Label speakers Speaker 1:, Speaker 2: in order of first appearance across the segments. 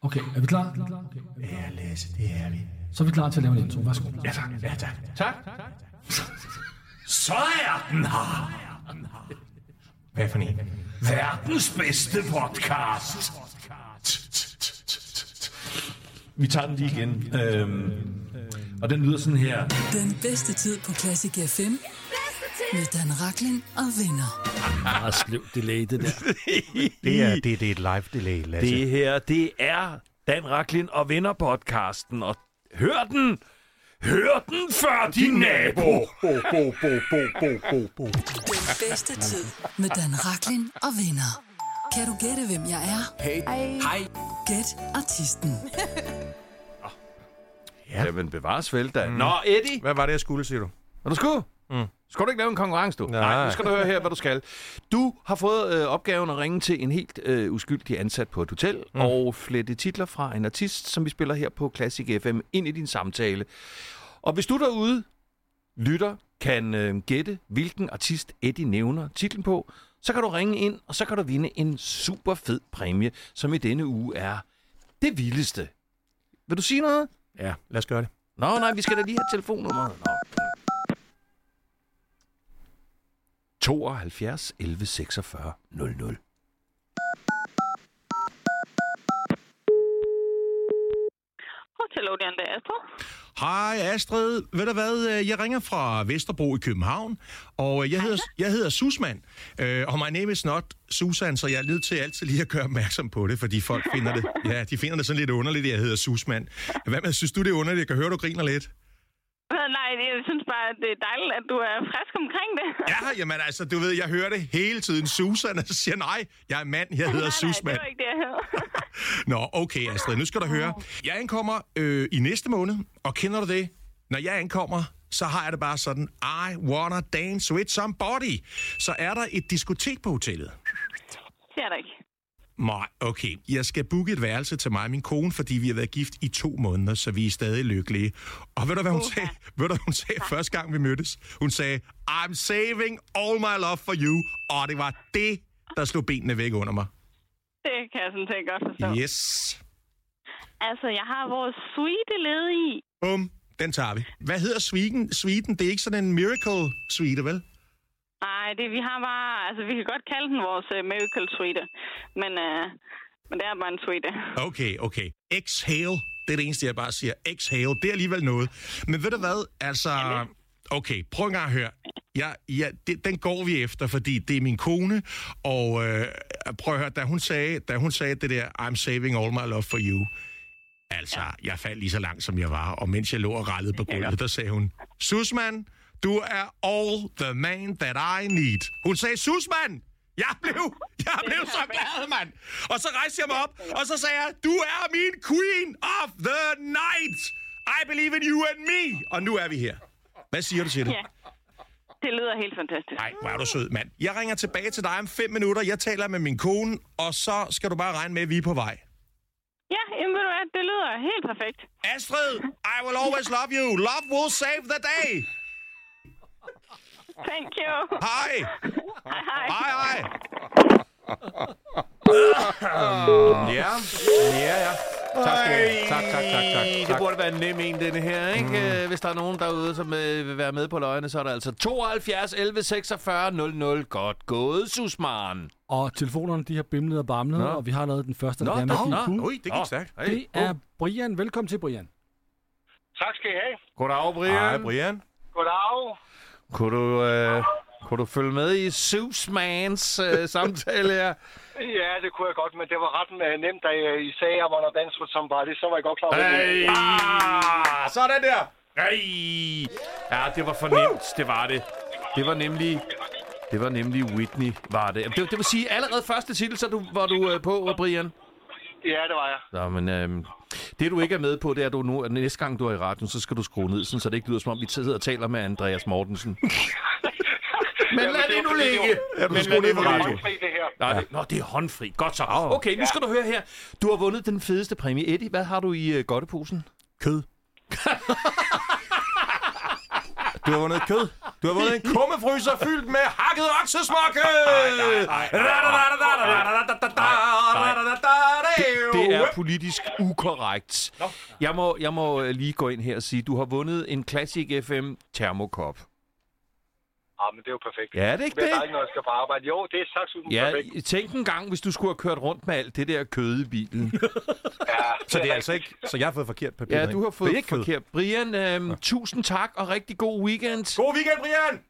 Speaker 1: Okay, er vi klar?
Speaker 2: Ja, Lasse, det er vi.
Speaker 1: Så er vi klar til at lave en intro. Værsgo.
Speaker 2: Ja, tak. Ja, tak.
Speaker 3: Tak.
Speaker 2: Så er den her. Hvad for en? Verdens bedste podcast. Vi tager den lige igen. Øhm, og den lyder sådan her.
Speaker 4: Den bedste tid på Classic FM med Dan Raklin og venner.
Speaker 5: Meget sløv delay, det der.
Speaker 6: Det er, det, det er et live delay, Lasse.
Speaker 2: Det her, det er Dan Raklin og Venner podcasten. Og hør den! Hør den før din nabo!
Speaker 4: Den bedste tid med Dan Raklin og venner. Kan du gætte, hvem jeg er? Hey. Hej. Gæt artisten.
Speaker 3: Ja. Jamen, bevares vel da. Nå, Eddie,
Speaker 6: Hvad var det, jeg skulle, siger du?
Speaker 3: hvad du skulle? Mm. Skal du ikke lave en konkurrence, du? Nej. nu skal du høre her, hvad du skal. Du har fået øh, opgaven at ringe til en helt øh, uskyldig ansat på et hotel mm. og flette titler fra en artist, som vi spiller her på Classic FM, ind i din samtale. Og hvis du derude lytter, kan øh, gætte, hvilken artist Eddie nævner titlen på, så kan du ringe ind, og så kan du vinde en super fed præmie, som i denne uge er det vildeste. Vil du sige noget?
Speaker 6: Ja, lad os gøre det.
Speaker 3: Nå, nej, vi skal da lige have telefonnummeret. Nå. 72 11 46 00.
Speaker 7: Hotel der Astro.
Speaker 8: Hej Astrid, ved du hvad, øh, jeg ringer fra Vesterbro i København, og øh, jeg hedder, jeg hedder Susman, øh, og my name is not Susan, så jeg er nødt til altid lige at gøre opmærksom på det, fordi folk finder det, ja, de finder det sådan lidt underligt, at jeg hedder Susman. Hvad med, synes du det er underligt? Jeg kan høre, du griner lidt.
Speaker 7: Nej, jeg synes bare, at det er dejligt, at du er frisk omkring det.
Speaker 8: Ja, jamen altså, du ved, jeg hører det hele tiden, Susan, og så siger jeg, nej, jeg er mand, jeg hedder
Speaker 7: nej, nej,
Speaker 8: Susman.
Speaker 7: det var ikke det, jeg havde.
Speaker 8: Nå, okay Astrid, nu skal du høre. Jeg ankommer øh, i næste måned, og kender du det? Når jeg ankommer, så har jeg det bare sådan, I wanna dance with somebody. Så er der et diskotek på hotellet.
Speaker 7: det er der ikke.
Speaker 8: Nej, okay. Jeg skal booke et værelse til mig og min kone, fordi vi har været gift i to måneder, så vi er stadig lykkelige. Og ved du, hvad hun sagde, ved du, hvad hun sagde første gang, vi mødtes? Hun sagde, I'm saving all my love for you. Og det var det, der slog benene væk under mig.
Speaker 7: Det kan jeg sådan set godt forstå.
Speaker 8: Yes.
Speaker 7: Altså, jeg har vores suite led i.
Speaker 8: Bum, den tager vi. Hvad hedder suiten? Suiten, det er ikke sådan en miracle suite, vel?
Speaker 7: Nej, det vi har bare... Altså, vi kan godt kalde den vores uh, miracle suite. Men, uh, men det er bare en suite.
Speaker 8: Okay, okay. Exhale, det er det eneste, jeg bare siger. Exhale, det er alligevel noget. Men ved du hvad, altså... Okay, prøv en gang at høre. Ja, ja, det, den går vi efter, fordi det er min kone, og øh, prøv at høre, da hun, sagde, da hun sagde det der, I'm saving all my love for you, altså, jeg faldt lige så langt, som jeg var, og mens jeg lå og rallede på gulvet, der sagde hun, Susman, du er all the man that I need. Hun sagde, Susman, jeg blev, jeg blev så glad, mand. Og så rejste jeg mig op, og så sagde jeg, du er min queen of the night. I believe in you and me. Og nu er vi her. Hvad siger du til det?
Speaker 7: Ja. Det lyder helt fantastisk.
Speaker 8: Nej, hvor er du sød, mand. Jeg ringer tilbage til dig om fem minutter. Jeg taler med min kone, og så skal du bare regne med, at vi er på vej.
Speaker 7: Ja, jamen ved du hvad, det lyder helt perfekt.
Speaker 8: Astrid, I will always love you. Love will save the day.
Speaker 7: Thank you.
Speaker 8: Hej.
Speaker 7: Hej, hej.
Speaker 8: Hej, hej.
Speaker 2: Ja,
Speaker 6: Ja, ja. Tak skal du have. Tak, tak, tak, tak.
Speaker 2: det
Speaker 6: tak.
Speaker 2: burde være en nem en, denne her, ikke? Mm. Hvis der er nogen derude, som øh, vil være med på løgene, så er der altså 72 11 46 00. Godt gået, Susman.
Speaker 1: Og telefonerne, de har bimlet og bamlet,
Speaker 2: Nå.
Speaker 1: og vi har lavet den første,
Speaker 2: Nå,
Speaker 1: der gerne
Speaker 2: nå,
Speaker 1: vil give
Speaker 2: nå.
Speaker 1: et bud.
Speaker 6: Ui, det gik stærkt.
Speaker 2: Hey.
Speaker 1: Det er Brian. Velkommen til, Brian.
Speaker 9: Tak skal I have.
Speaker 2: Goddag, Brian.
Speaker 6: Hej, Brian.
Speaker 9: Goddag.
Speaker 2: Kunne du, øh, kunne du følge med i Susmans øh, samtale her?
Speaker 9: Ja, det kunne jeg godt, men det var ret øh, nemt, da øh, I sagde, at man dans with somebody, så var jeg godt klar over det.
Speaker 2: Ah, sådan der. Ej. Ja, det var for nemt. Det var det. Det var nemlig... Det var nemlig Whitney, var det. Det, det vil sige, allerede første titel, så du, var du øh, på, Brian.
Speaker 9: Ja, det var jeg.
Speaker 2: Nå, men øhm, det du ikke er med på, det er, at du nu, at næste gang du er i radioen, så skal du skrue ned, sådan, så det ikke lyder som om, vi sidder og taler med Andreas Mortensen. men lad det nu ligge.
Speaker 6: Ja, du
Speaker 2: Men
Speaker 6: skulle
Speaker 2: lad
Speaker 6: ned
Speaker 2: det
Speaker 6: på
Speaker 2: nu ligge.
Speaker 6: radio.
Speaker 9: Se det her.
Speaker 2: Nej, ja. Nå, det er håndfri. Godt så. Okay, nu skal du høre her. Du har vundet den fedeste præmie. Eddie, hvad har du i øh, godteposen?
Speaker 6: Kød. Du har vundet kød. Du har vundet en kummefryser fyldt med hakket oksesmokke. Da, da, da, da, da, da, da, da, da, da, da, da, da, da, da, da, da,
Speaker 2: det er politisk ukorrekt. Jeg må, jeg må øh, lige gå ind her og sige, du har vundet en Classic FM termokop.
Speaker 9: Ah, men det er jo perfekt.
Speaker 2: Ja, er det ikke
Speaker 9: det?
Speaker 2: det?
Speaker 9: er ikke, når jeg skal på arbejde. Jo, det er sagt uden
Speaker 2: Ja,
Speaker 9: perfekt.
Speaker 2: tænk en gang, hvis du skulle have kørt rundt med alt det der kød i bilen.
Speaker 9: Ja,
Speaker 8: Så det er altså ikke... Så jeg har fået forkert papir.
Speaker 2: Ja, du har
Speaker 8: det
Speaker 2: fået
Speaker 8: er ikke kød.
Speaker 2: forkert. Brian, øhm, tusind tak og rigtig god weekend.
Speaker 8: God weekend, Brian!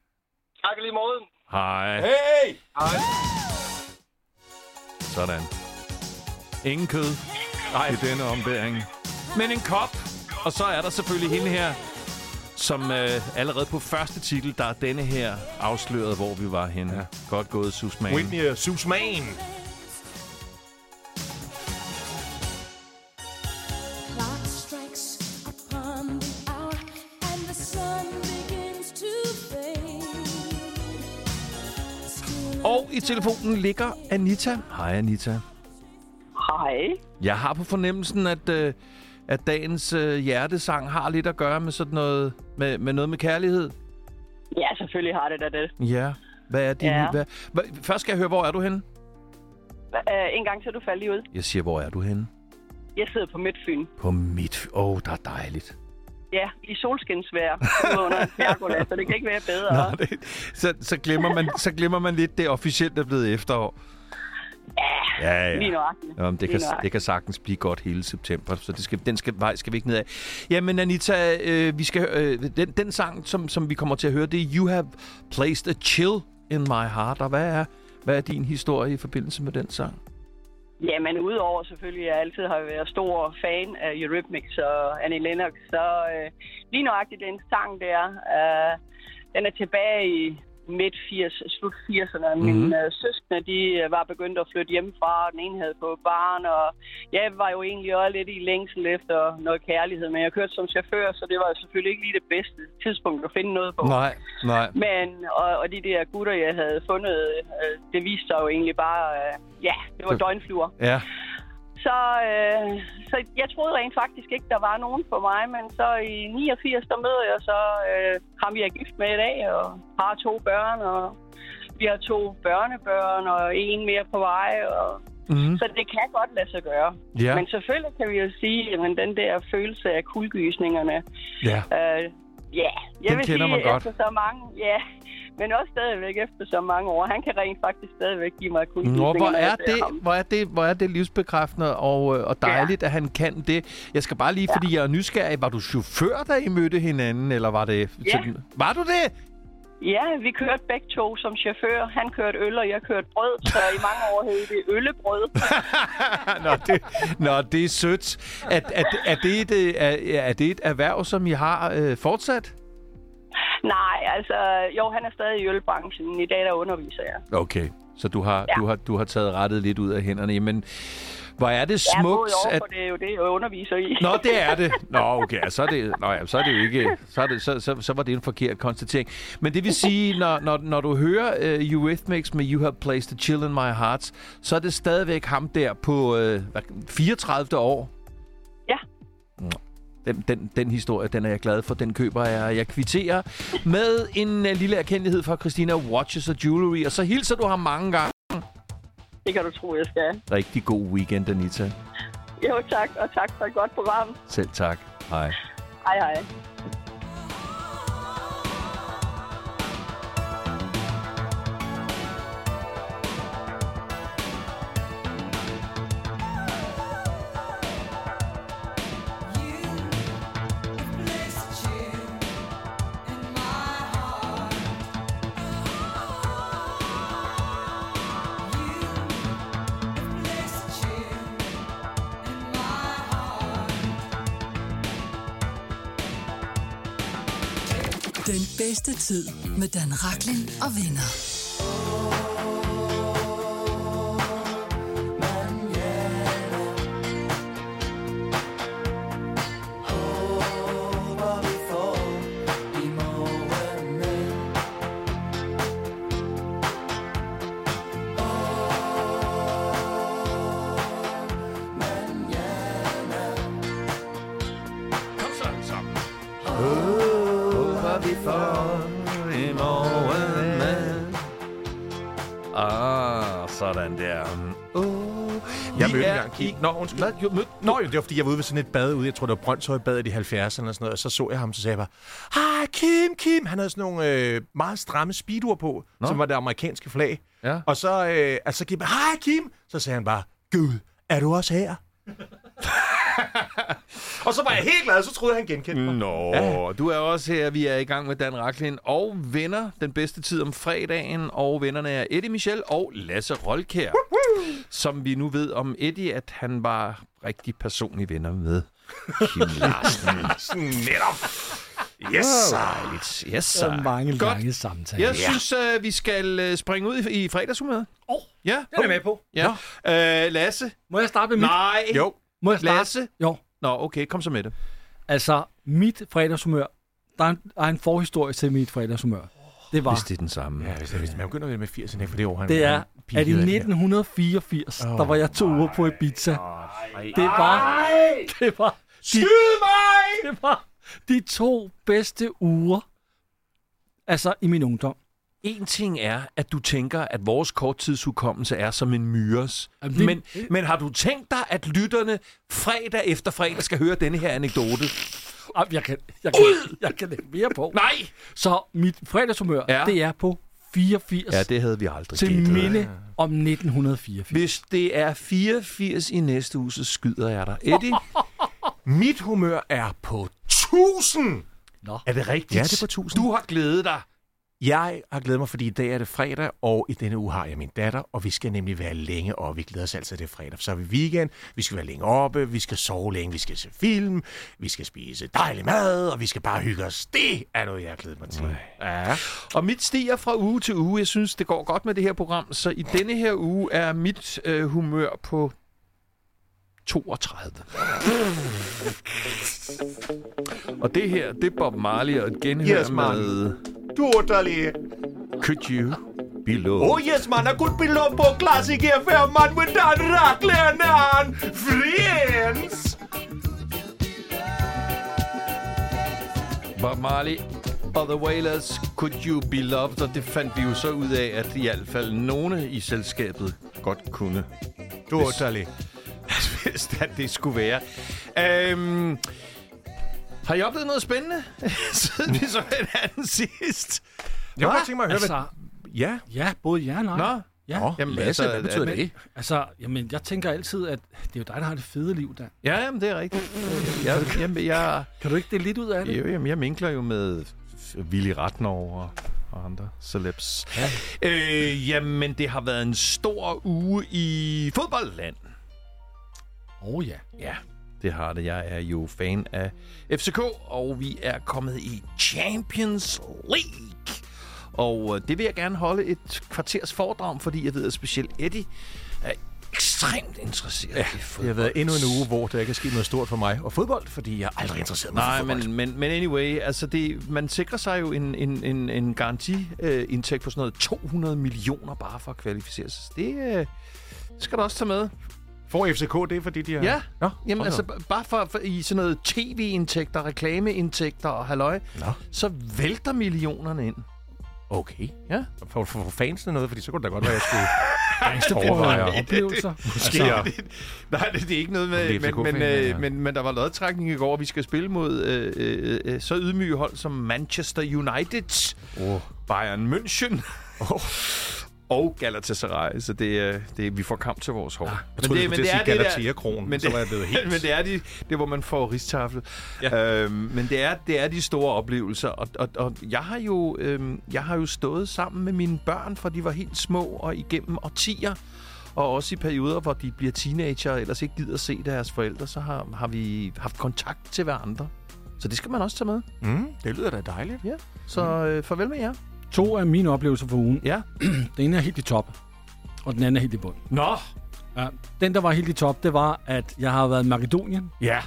Speaker 9: Tak i lige måde.
Speaker 2: Hej.
Speaker 8: Hey!
Speaker 2: Sådan. Ingen kød Ej. i denne ombæring. Men en kop. Og så er der selvfølgelig hende her, som øh, allerede på første titel, der er denne her afsløret, hvor vi var henne. Ja. Godt gået, Susman.
Speaker 8: Whitney og Susman.
Speaker 2: Og i telefonen ligger Anita. Hej, Anita.
Speaker 7: Hej.
Speaker 2: Jeg har på fornemmelsen, at, øh, at dagens øh, hjertesang har lidt at gøre med sådan noget med, med noget med kærlighed.
Speaker 7: Ja, selvfølgelig har det da det.
Speaker 2: Ja. Hvad er din...
Speaker 7: Ja.
Speaker 2: Hvad, hvad, først skal jeg høre, hvor er du henne?
Speaker 7: Øh, en gang til du falder lige ud.
Speaker 2: Jeg siger, hvor er du henne?
Speaker 7: Jeg sidder på Midtfyn.
Speaker 2: På mit... Åh, oh, der er dejligt.
Speaker 7: Ja, i solskinsvejr. ude under en pergola, så det kan ikke være bedre.
Speaker 2: Nå, det, så, så, glemmer man, så glemmer man lidt, det officielt er blevet efterår. Ja, ja.
Speaker 7: Lige nøjagtigt.
Speaker 2: Jamen, det,
Speaker 7: Lige
Speaker 2: kan, det kan sagtens blive godt hele september, så det skal, den skal, vej skal vi ikke ned af. Jamen Anita, øh, vi skal, øh, den, den sang, som, som vi kommer til at høre, det er You Have Placed a Chill in My Heart. Og hvad er, hvad er din historie i forbindelse med den sang?
Speaker 7: Jamen, udover selvfølgelig, at jeg altid har været stor fan af Eurythmics og Annie Lennox, så øh, lige nøjagtigt den sang der, øh, den er tilbage i midt-80'erne, slut-80'erne. Mm.
Speaker 2: Mhm.
Speaker 7: Mine øh, søskende, de øh, var begyndt at flytte hjemmefra, og den ene havde fået barn, og jeg var jo egentlig også lidt i længsel efter noget kærlighed, men jeg kørte som chauffør, så det var selvfølgelig ikke lige det bedste tidspunkt at finde noget på.
Speaker 2: Nej, nej.
Speaker 7: Men, og, og de der gutter, jeg havde fundet, øh, det viste sig jo egentlig bare, øh, ja, det var
Speaker 2: Så-
Speaker 7: døgnfluer.
Speaker 2: Ja,
Speaker 7: Så, øh, så jeg troede rent faktisk ikke, der var nogen for mig, men så i 89, der møder jeg så øh, ham, jeg er gift med i dag, og har to børn, og vi har to børnebørn, og en mere på vej, og
Speaker 2: Mhm.
Speaker 7: mm. så det kan godt lade sig gøre.
Speaker 2: Ja.
Speaker 7: Men selvfølgelig kan vi jo sige, at den der følelse af kuldgysningerne,
Speaker 2: ja.
Speaker 7: Øh, ja, jeg
Speaker 2: Den
Speaker 7: vil
Speaker 2: kender
Speaker 7: sige,
Speaker 2: man godt.
Speaker 7: efter så mange, ja, men også stadigvæk efter så mange år. Han kan rent faktisk stadigvæk give mig kun
Speaker 2: Nå, hvor er det, hvor er det, hvor er det livsbekræftende og, øh, og dejligt, ja. at han kan det. Jeg skal bare lige, fordi jeg er nysgerrig, var du chauffør, da I mødte hinanden, eller var det...
Speaker 7: Ja.
Speaker 2: sådan- Var du det?
Speaker 7: Ja, vi kørte begge to som chauffør. Han kørte øl, og jeg kørte brød, så i mange år hed det øllebrød.
Speaker 2: nå, det, nå, det er sødt. Er, er, er, det et, øh, er, er det et erhverv, som I har øh, fortsat?
Speaker 7: Nej, altså, jo, han er stadig i ølbranchen. I dag, der underviser jeg.
Speaker 2: Okay. Så du har,
Speaker 7: Ja.
Speaker 2: du, har, du har taget rettet lidt ud af hænderne. Men hvor er det
Speaker 7: Jeg er
Speaker 2: smukt,
Speaker 7: både over,
Speaker 2: at...
Speaker 7: for det er jo det, jeg underviser i.
Speaker 2: Nå, det er det. Nå, okay. ja, Så er det, nå, ja, så er det jo ikke... Så, er det, så, så, så var det en forkert konstatering. Men det vil sige, når, når, når du hører uh, Eurythmics med You Have Placed a Chill in My Heart, så er det stadigvæk ham der på uh, 34. år.
Speaker 7: Ja.
Speaker 2: Den, den, den historie, den er jeg glad for. Den køber jeg, og jeg kvitterer med en uh, lille erkendelighed fra Christina Watches og Jewelry. Og så hilser du ham mange gange.
Speaker 7: Det kan du tro, jeg skal.
Speaker 2: Rigtig god weekend, Anita.
Speaker 7: Jo, tak, og tak for et godt program.
Speaker 2: Selv tak. Hej.
Speaker 7: Hej, hej.
Speaker 4: Den bedste tid med Dan Raklin og venner.
Speaker 10: Kom så, så.
Speaker 2: Ah, sådan Mm. der. Oh.
Speaker 10: Jamen,
Speaker 8: mødte
Speaker 2: er
Speaker 8: engang
Speaker 2: i-
Speaker 8: Kim. Nå, undskyld.
Speaker 2: Hvad? Jo, mød...
Speaker 8: Nå, jo, det var fordi, jeg var ude ved sådan et bad ude, jeg tror, det var Brøndshøjbadet i 70'erne eller sådan noget, og så så jeg ham, så sagde jeg bare, hej Kim, Kim! Han havde sådan nogle øh, meget stramme speedoer på, Nå. som var det amerikanske flag.
Speaker 2: Ja.
Speaker 8: Og så, øh, altså, gik jeg, hej Kim! Så sagde han bare, Gud, er du også her? og så var jeg helt glad, så troede jeg, han genkendte mig.
Speaker 2: Nå, ja. du er også her. Vi er i gang med Dan Raklin og venner. Den bedste tid om fredagen. Og vennerne er Eddie Michel og Lasse Rolkær. Som vi nu ved om Eddie, at han var rigtig personlig venner med Kim Larsen.
Speaker 8: Sådan netop.
Speaker 2: yes, sejligt. Yes,
Speaker 1: Så
Speaker 2: sejligt.
Speaker 1: mange
Speaker 2: Godt.
Speaker 1: lange samtaler.
Speaker 2: Jeg synes, øh, vi skal øh, springe ud i, i fredagshumøret. Åh, oh, ja.
Speaker 5: Den er med på.
Speaker 2: ja. Øh, Lasse.
Speaker 1: Må jeg starte med mit?
Speaker 2: Nej.
Speaker 8: Jo.
Speaker 1: Må jeg starte?
Speaker 2: Lasse.
Speaker 1: Jo.
Speaker 2: Nå, okay, kom så med det.
Speaker 1: Altså, mit fredagshumør, der er en, der er en forhistorie til mit fredagshumør. Det var,
Speaker 2: Hvis det er den samme.
Speaker 8: Ja, hvis, hvis man begynder med 80'erne, ikke, for det år, han
Speaker 1: det er,
Speaker 8: han
Speaker 1: at i
Speaker 8: peakede af der.
Speaker 1: 1984, der var jeg to uger på Ibiza. Det var, det var,
Speaker 8: Skyd mig!
Speaker 1: det var de to bedste uger, altså i min ungdom.
Speaker 2: En ting er, at du tænker, at vores korttidshukommelse er som en myres.
Speaker 1: Jamen, det-
Speaker 2: Men, men har du tænkt dig, at lytterne fredag efter fredag skal høre denne her anekdote?
Speaker 1: Ej, Ah, Jeg kan, jeg kan, jeg kan lægge mere på.
Speaker 2: Nej!
Speaker 1: Så mit fredagshumør,
Speaker 2: Ja.
Speaker 1: det er på 84
Speaker 2: Ja, det havde vi aldrig
Speaker 1: til
Speaker 2: gættet.
Speaker 1: minde om 1984.
Speaker 2: Hvis det er 84 i næste uge, så skyder jeg dig. Eddie?
Speaker 8: Mit humør er på 1000!
Speaker 1: Nå.
Speaker 8: Er det rigtigt? Ja, det er på 1000.
Speaker 2: Du har glædet dig.
Speaker 8: Jeg har glædet mig, fordi i dag er det fredag, og i denne uge har jeg min datter, og vi skal nemlig være længe, og vi glæder os altid til det er fredag. Så er vi weekend, vi skal være længe oppe, vi skal sove længe, vi skal se film, vi skal spise dejlig mad, og vi skal bare hygge os. Det er noget, jeg har glædet mig til. Ja.
Speaker 2: Og mit stiger fra uge til uge. Jeg synes, det går godt med det her program. Så i denne her uge er mit øh, humør på 32. og det her, det er Bob Marley og et genhør
Speaker 8: Yes, man.
Speaker 2: med...
Speaker 8: Totally.
Speaker 2: Could you be loved?
Speaker 8: Oh yes, man, I could be loved for classic FM, man, with Dan Rackland and friends.
Speaker 2: Bob Marley og The Wailers, Could You Be Loved? Og det fandt vi jo så ud af, at i hvert fald nogle i selskabet godt kunne,
Speaker 8: Totally.
Speaker 2: hvis det, det skulle være. Øhm, har I oplevet noget spændende, siden vi så hinanden sidst?
Speaker 8: Jeg kunne godt tænke mig at høre,
Speaker 1: Altså,
Speaker 8: hvad... Ja.
Speaker 1: ja, både ja og nej.
Speaker 2: Nå,
Speaker 1: Ja.
Speaker 8: Nå,
Speaker 2: Jamen,
Speaker 8: Lasse,
Speaker 2: altså,
Speaker 8: hvad betyder
Speaker 2: at-
Speaker 8: det?
Speaker 1: Altså, jamen, jeg tænker altid, at det er jo dig, der har det fede liv, der.
Speaker 2: ja, jamen, det er rigtigt. Jeg, jamen, jeg,
Speaker 1: Kan du ikke det lidt ud af det?
Speaker 2: Jo, jamen, jeg minkler jo med Willy Ratnov og, og andre celebs. Ja. Øh, jamen, det har været en stor uge i fodboldland.
Speaker 1: Åh oh, ja.
Speaker 2: Ja, det har det. Jeg er jo fan af FCK, og vi er kommet i Champions League. Og øh, det vil jeg gerne holde et kvarters foredrag om, fordi jeg ved, at specielt Eddie er ekstremt interesseret ja, i fodbold.
Speaker 8: Det har været endnu en uge, hvor der ikke er sket noget stort for mig. Og fodbold, fordi jeg er aldrig interesseret mig for
Speaker 2: Nej,
Speaker 8: fodbold.
Speaker 2: men, men, men anyway, altså det, man sikrer sig jo en, en, en, en garantiindtægt på sådan noget 200 millioner bare for at kvalificere sig. Så Det øh, skal du også tage med.
Speaker 8: Får FCK det, fordi de har...
Speaker 2: Ja,
Speaker 8: Nå,
Speaker 2: Jamen
Speaker 8: hold
Speaker 2: altså,
Speaker 8: da op.
Speaker 2: b- bare for, for i sådan noget tv-indtægter, reklameindtægter og halløj,
Speaker 8: Nå. Altså,
Speaker 2: så vælter millionerne ind.
Speaker 8: Okay.
Speaker 2: Ja.
Speaker 8: For, for, for fansene noget, fordi så kunne det da godt være, at jeg skulle...
Speaker 1: Overvejer
Speaker 8: Overvejer.
Speaker 1: oplevelser.
Speaker 2: Måske. Altså, nej, det, det er ikke noget
Speaker 8: Om det
Speaker 2: med,
Speaker 8: er
Speaker 2: men, men,
Speaker 8: FCK -fan, ja.
Speaker 2: øh, men, men der var lodtrækning i går, og vi skal spille mod øh, øh, øh, så ydmyge hold som Manchester United,
Speaker 8: Åh.
Speaker 2: Bayern München
Speaker 8: Oh.
Speaker 2: og Galatasaray, så det, øh, det, vi får kamp til vores hår.
Speaker 8: Ah, Jeg troede, det, men det er
Speaker 2: der-
Speaker 8: Galatea-kronen,
Speaker 2: men
Speaker 8: så var jeg blevet helt...
Speaker 2: men det er de, det, hvor man får rigstaflet. Ja. Øhm, men det er, det er de store oplevelser. Og, og, og jeg, har jo, øhm, jeg har jo stået sammen med mine børn, fra de var helt små og igennem årtier. Og også i perioder, hvor de bliver teenager og ellers ikke gider se deres forældre, så har, har vi haft kontakt til hverandre. Så det skal man også tage med.
Speaker 8: Mm, det lyder da dejligt.
Speaker 2: Ja. Så øh, farvel med jer.
Speaker 1: To af mine oplevelser for ugen.
Speaker 2: Ja.
Speaker 1: Den ene er helt i top, og den anden er helt i bund.
Speaker 2: Nå!
Speaker 1: Ja. Den, der var helt i top, det var, at jeg har været i Makedonien.
Speaker 2: Ja.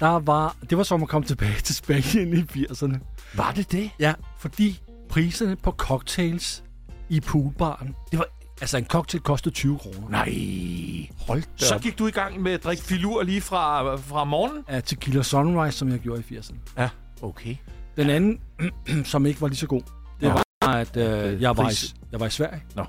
Speaker 1: Der var, det var som at komme tilbage til Spanien i 80'erne.
Speaker 2: Var det det?
Speaker 1: Ja, fordi priserne på cocktails i poolbaren, det var, altså en cocktail kostede 20 kroner.
Speaker 2: Nej.
Speaker 1: Hold da
Speaker 2: Så gik du i gang med at drikke filur lige fra, fra morgenen?
Speaker 1: af Tequila Sunrise, som jeg gjorde i 80'erne.
Speaker 8: Ja, okay.
Speaker 1: Den anden, som ikke var lige så god, det var, at øh, jeg, var i, jeg var i Sverige.
Speaker 2: Nå.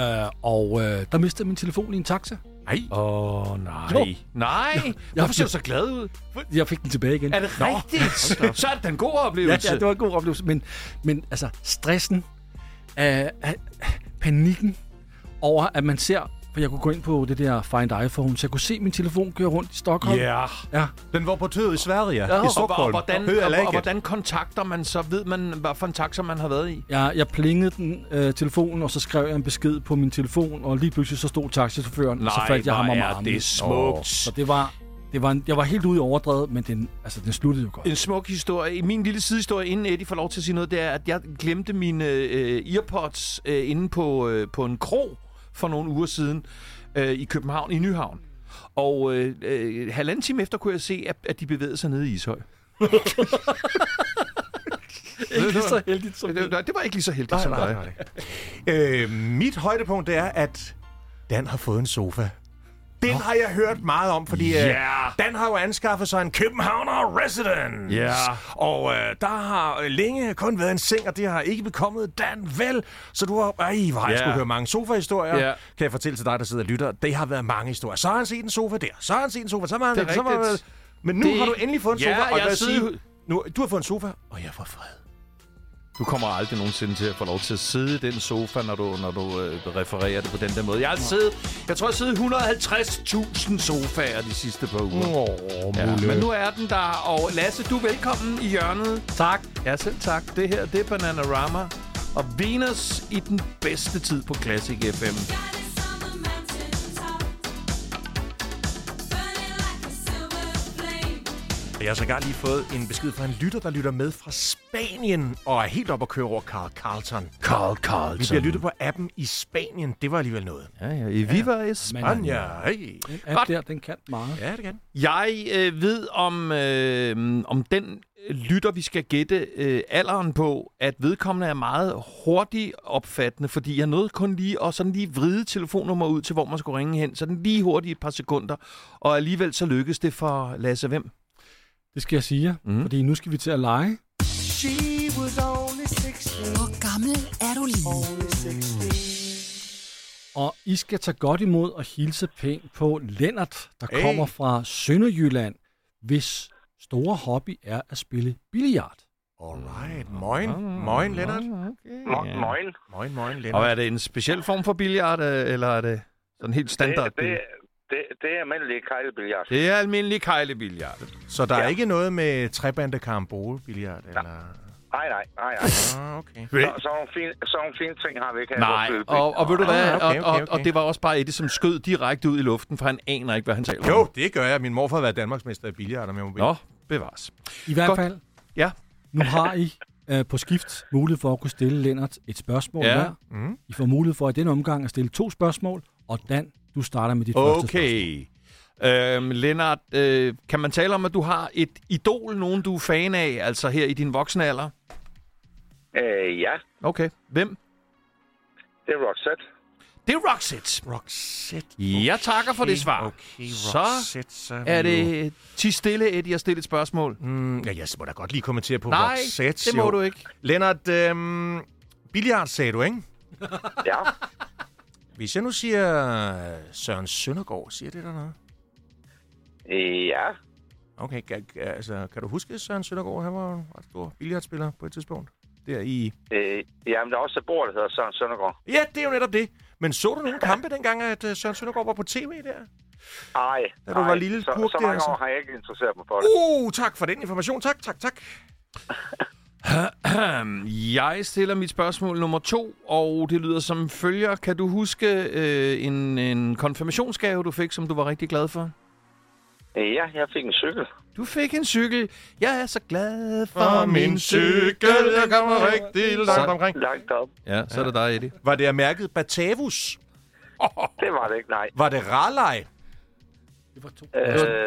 Speaker 1: Øh, og øh, der mistede jeg min telefon i en taxa.
Speaker 8: Nej.
Speaker 2: Åh, oh, nej.
Speaker 1: Jo.
Speaker 2: Nej! Hvorfor ser du så glad ud?
Speaker 1: Jeg fik den tilbage igen.
Speaker 2: Er det rigtigt? så er det da en god
Speaker 1: Ja,
Speaker 2: oplevelse.
Speaker 1: ja, det var en god oplevelse. Men, men altså, stressen, øh, øh, panikken over, at man ser... For jeg kunne gå ind på det der Find iPhone, så jeg kunne se min telefon køre rundt i Stockholm.
Speaker 8: Ja.
Speaker 1: Ja.
Speaker 8: Den var på tød i Sverige, i
Speaker 2: Ja, og, og, og,
Speaker 8: Stockholm.
Speaker 2: hvordan,
Speaker 8: Hør
Speaker 2: og,
Speaker 8: eller
Speaker 2: og,
Speaker 8: ikke?
Speaker 2: hvordan kontakter man så? Ved man, hvad for en taxa man har været i?
Speaker 1: Jeg, jeg plingede den, øh, telefonen, og så skrev jeg en besked på min telefon, og lige pludselig så stod taxichaufføren, og så fandt jeg ham om
Speaker 2: er
Speaker 1: armen.
Speaker 2: det smukt.
Speaker 1: Så det var, det var en, jeg var helt ude i overdrevet, men den, altså, den sluttede jo godt.
Speaker 2: En smuk historie. I min lille sidehistorie, inden Eddie får lov til at sige noget, det er, at jeg glemte mine øh, earpods øh, inde på, øh, på en krog for nogle uger siden øh, i København, i Nyhavn. Og øh, øh, halvanden time efter kunne jeg se, at, at de bevægede sig nede i Ishøj.
Speaker 1: Ikke lige så heldigt som
Speaker 2: Det, det var ikke lige så heldigt nej, som dig. Nej, nej.
Speaker 8: Øh, mit højdepunkt det er, at Dan har fået en sofa. Den har jeg hørt meget om, fordi øh,
Speaker 2: Ja.
Speaker 8: Dan har jo anskaffet sig en Københavner Residence.
Speaker 2: Ja.
Speaker 8: Og øh, der har øh, længe kun været en seng, og det har ikke bekommet Dan vel. Så du har... Ej, hvor har jeg
Speaker 2: Ja.
Speaker 8: skulle høre mange sofa-historier,
Speaker 2: Ja.
Speaker 8: kan jeg fortælle til dig, der sidder og lytter. Det har været mange historier. Så har han set en sofa der, så har han set en sofa, så har han...
Speaker 2: Det er
Speaker 8: så har han-
Speaker 2: rigtigt.
Speaker 8: Men nu
Speaker 2: Det-
Speaker 8: har du endelig fået en
Speaker 2: Ja,
Speaker 8: sofa, og
Speaker 2: jeg
Speaker 8: lad os
Speaker 2: sidder-
Speaker 8: sige, nu, du har fået en sofa, og jeg får fred.
Speaker 2: Du kommer aldrig nogensinde til at få lov til at sidde i den sofa, når du, når du øh, refererer det på den der måde. Jeg har siddet, jeg tror, jeg har siddet i 150.000 sofaer de sidste par uger.
Speaker 8: Åh,
Speaker 2: Ja, men nu er den der, og Lasse, du er velkommen i hjørnet. Tak. Ja, selv tak. Det her, det er Bananarama. Og Venus i den bedste tid på Classic FM.
Speaker 8: Og Jeg har sågar lige fået en besked fra en lytter, der lytter med fra Spanien og er helt op og kører over Carl Carlton.
Speaker 2: Carl
Speaker 8: Vi
Speaker 2: Carlson.
Speaker 8: bliver lyttet på appen i Spanien. Det var alligevel noget.
Speaker 2: Ja, ja. I Viva ja.
Speaker 8: Anja, hey.
Speaker 1: Den app der, den kan meget.
Speaker 8: Ja, det kan.
Speaker 2: Jeg øh, ved om, øh, om den lytter, vi skal gætte øh, alderen på, at vedkommende er meget hurtigt opfattende, fordi jeg nåede kun lige at sådan lige vride telefonnummer ud til, hvor man skulle ringe hen, sådan lige hurtigt et par sekunder, og alligevel så lykkedes det for Lasse Hvem.
Speaker 1: Det skal jeg sige jer,
Speaker 2: Mhm.
Speaker 1: mm. fordi nu skal vi til at lege.
Speaker 4: Hvor gammel er du lige?
Speaker 1: Og I skal tage godt imod og hilse pænt på Lennart, der
Speaker 8: Hey.
Speaker 1: hey. kommer fra Sønderjylland, hvis store hobby er at spille billiard.
Speaker 8: Alright. Moin. Moin, Lennart.
Speaker 9: Morgen, morgen.
Speaker 8: Moin, moin,
Speaker 2: Og
Speaker 8: Lennart.
Speaker 2: er det en speciel form for billiard, øh, eller er det sådan helt standard?
Speaker 9: Det, det, det, det er almindelig kejlebiljard.
Speaker 2: det er almindelig kejlebilliard.
Speaker 8: Så der er ikke noget med trebande karambole billiard eller...
Speaker 9: Nej, nej, nej, nej.
Speaker 8: Ah, okay.
Speaker 9: Så, sådan nogle fine, sådan nogle fine ting har vi ikke her. i
Speaker 2: Nej,
Speaker 9: vores by.
Speaker 2: og, og ved du hvad,
Speaker 8: Ah, okay, okay,
Speaker 2: og, og,
Speaker 8: okay.
Speaker 2: og det var også bare Eddie, som skød direkte ud i luften, for han aner ikke, hvad han taler
Speaker 8: Jo,
Speaker 2: om.
Speaker 8: det gør jeg. Min morfar har været Danmarksmester i billiard, om jeg må bede.
Speaker 2: Nå, bevares.
Speaker 1: I hvert
Speaker 2: Godt.
Speaker 1: fald,
Speaker 2: Ja.
Speaker 1: nu har I øh, på skift mulighed for at kunne stille Lennart et spørgsmål
Speaker 2: Ja.
Speaker 1: ja. hver.
Speaker 8: Mm.
Speaker 1: I får mulighed for i denne omgang at stille to spørgsmål, og Dan, du starter med dit første spørgsmål.
Speaker 2: Okay. Øhm, Lennart, øh, kan man tale om, at du har et idol, nogen du er fan af, altså her i din voksne alder?
Speaker 9: Øh, ja,
Speaker 2: Okay. Hvem?
Speaker 9: det er Roxette.
Speaker 2: Det er Roxette.
Speaker 8: Roxette.
Speaker 2: Jeg takker for det svar.
Speaker 8: Okay,
Speaker 2: Så
Speaker 8: Roxette, så
Speaker 2: Er
Speaker 8: vi jo-
Speaker 2: det ti stille, Eddie, at stille et spørgsmål?
Speaker 8: Mm, ja, jeg må da godt lige kommentere på
Speaker 2: Nej,
Speaker 8: Roxette,
Speaker 2: det må
Speaker 8: jo.
Speaker 2: du ikke.
Speaker 8: Lennart, øhm, billiard sagde du, ikke?
Speaker 9: Ja,
Speaker 8: Hvis jeg nu siger øh, Søren Søndergaard, siger det der noget?
Speaker 9: øh, ja.
Speaker 8: Okay, kan, altså, kan du huske at Søren Søndergaard? Han var en ret stor billiardspiller på et tidspunkt. Der i...
Speaker 9: Øh, jamen, der er også et bord, der hedder Søren Søndergaard.
Speaker 8: Ja, det er jo netop det. Men så du nogle kampe dengang, at øh, Søren Søndergaard var på tv der?
Speaker 9: Ej,
Speaker 8: Da du
Speaker 9: ej,
Speaker 8: var lille
Speaker 9: så,
Speaker 8: purk
Speaker 9: så
Speaker 8: der,
Speaker 9: mange
Speaker 8: altså.
Speaker 9: år har jeg ikke interesseret mig for det.
Speaker 8: Uh, tak for den information. Tak, tak, tak.
Speaker 2: Jeg stiller mit spørgsmål nummer to, og det lyder som følger. Kan du huske øh, en, en konfirmationsgave, du fik, som du var rigtig glad for?
Speaker 9: Øh, ja, jeg fik en cykel.
Speaker 2: Du fik en cykel. Jeg er så glad for,
Speaker 8: rigtig langt omkring. Mm.
Speaker 9: Langt op.
Speaker 2: Ja, så er det dig, Eddie.
Speaker 8: Var det af mærket Batavus?
Speaker 9: Det var det ikke, nej.
Speaker 8: Var det Raleigh?
Speaker 9: Øh,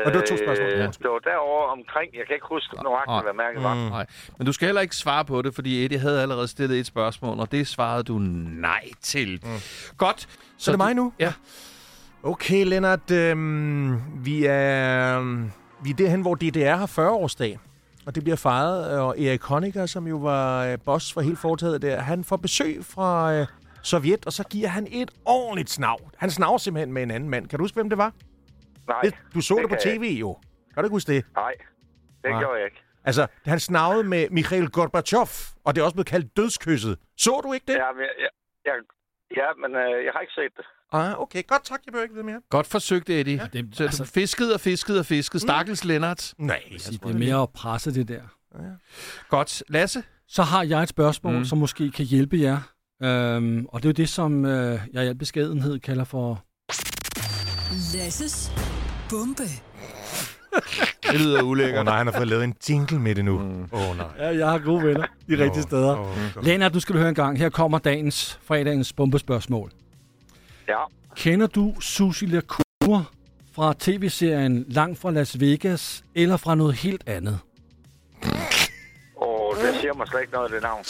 Speaker 8: og det var to spørgsmål.
Speaker 9: Øh,
Speaker 8: Ja.
Speaker 9: det var derovre omkring. Jeg kan ikke huske nøjagtigt, hvad mærket var.
Speaker 8: Mm.
Speaker 2: Nej. Men du skal heller ikke svare på det, fordi Eddie havde allerede stillet et spørgsmål, og det svarede du nej til. Mm. Godt. Så,
Speaker 8: Så er det
Speaker 2: du-
Speaker 8: mig nu?
Speaker 2: Ja.
Speaker 8: Okay, Lennart. Øhm, vi, er, øhm, vi er derhen, hvor DDR har 40-årsdag. Og det bliver fejret, og Erik Honecker, som jo var øh, boss for hele foretaget der, han får besøg fra øh, Sovjet, og så giver han et ordentligt snav. Han snaver simpelthen med en anden mand. Kan du huske, hvem det var?
Speaker 9: Nej,
Speaker 8: Det, du så det, på
Speaker 9: kan jeg
Speaker 8: tv jo. Kan du ikke huske det?
Speaker 9: nej, det
Speaker 8: Nej.
Speaker 9: gjorde jeg ikke.
Speaker 8: Altså, han snavede med Mikhail Gorbachev, og det er også blevet kaldt dødskysset. Så du ikke det?
Speaker 9: Ja, men, jeg, jeg, jeg, ja, men øh, jeg har ikke set det.
Speaker 8: Ah, okay. Godt, tak. Jeg behøver ikke vide mere.
Speaker 2: Godt forsøgt, Eddie. Ja, det, så altså... Mm. du fiskede og fiskede og fiskede. Stakkels Lennart.
Speaker 8: Nej.
Speaker 1: Det er mere at presse det der.
Speaker 2: Godt. Lasse?
Speaker 1: Så har jeg et spørgsmål, mm. som måske kan hjælpe jer. Øhm, og det er jo det, som øh, jeg i al beskedenhed kalder for...
Speaker 4: Lasses bombe.
Speaker 2: Det lyder
Speaker 8: Åh oh,
Speaker 2: ulækkert.
Speaker 8: nej, han har fået lavet en jingle med det nu. Åh mm. oh, nej.
Speaker 1: Ja, jeg har gode venner de rigtige steder. Oh, oh. Lennart, nu skal du høre en gang. Her kommer dagens, fredagens bombespørgsmål.
Speaker 9: Ja,
Speaker 1: Kender du Susie La Cour fra tv-serien Langt fra Las Vegas, eller fra noget helt andet?
Speaker 9: og det siger mig slet ikke noget, det navn.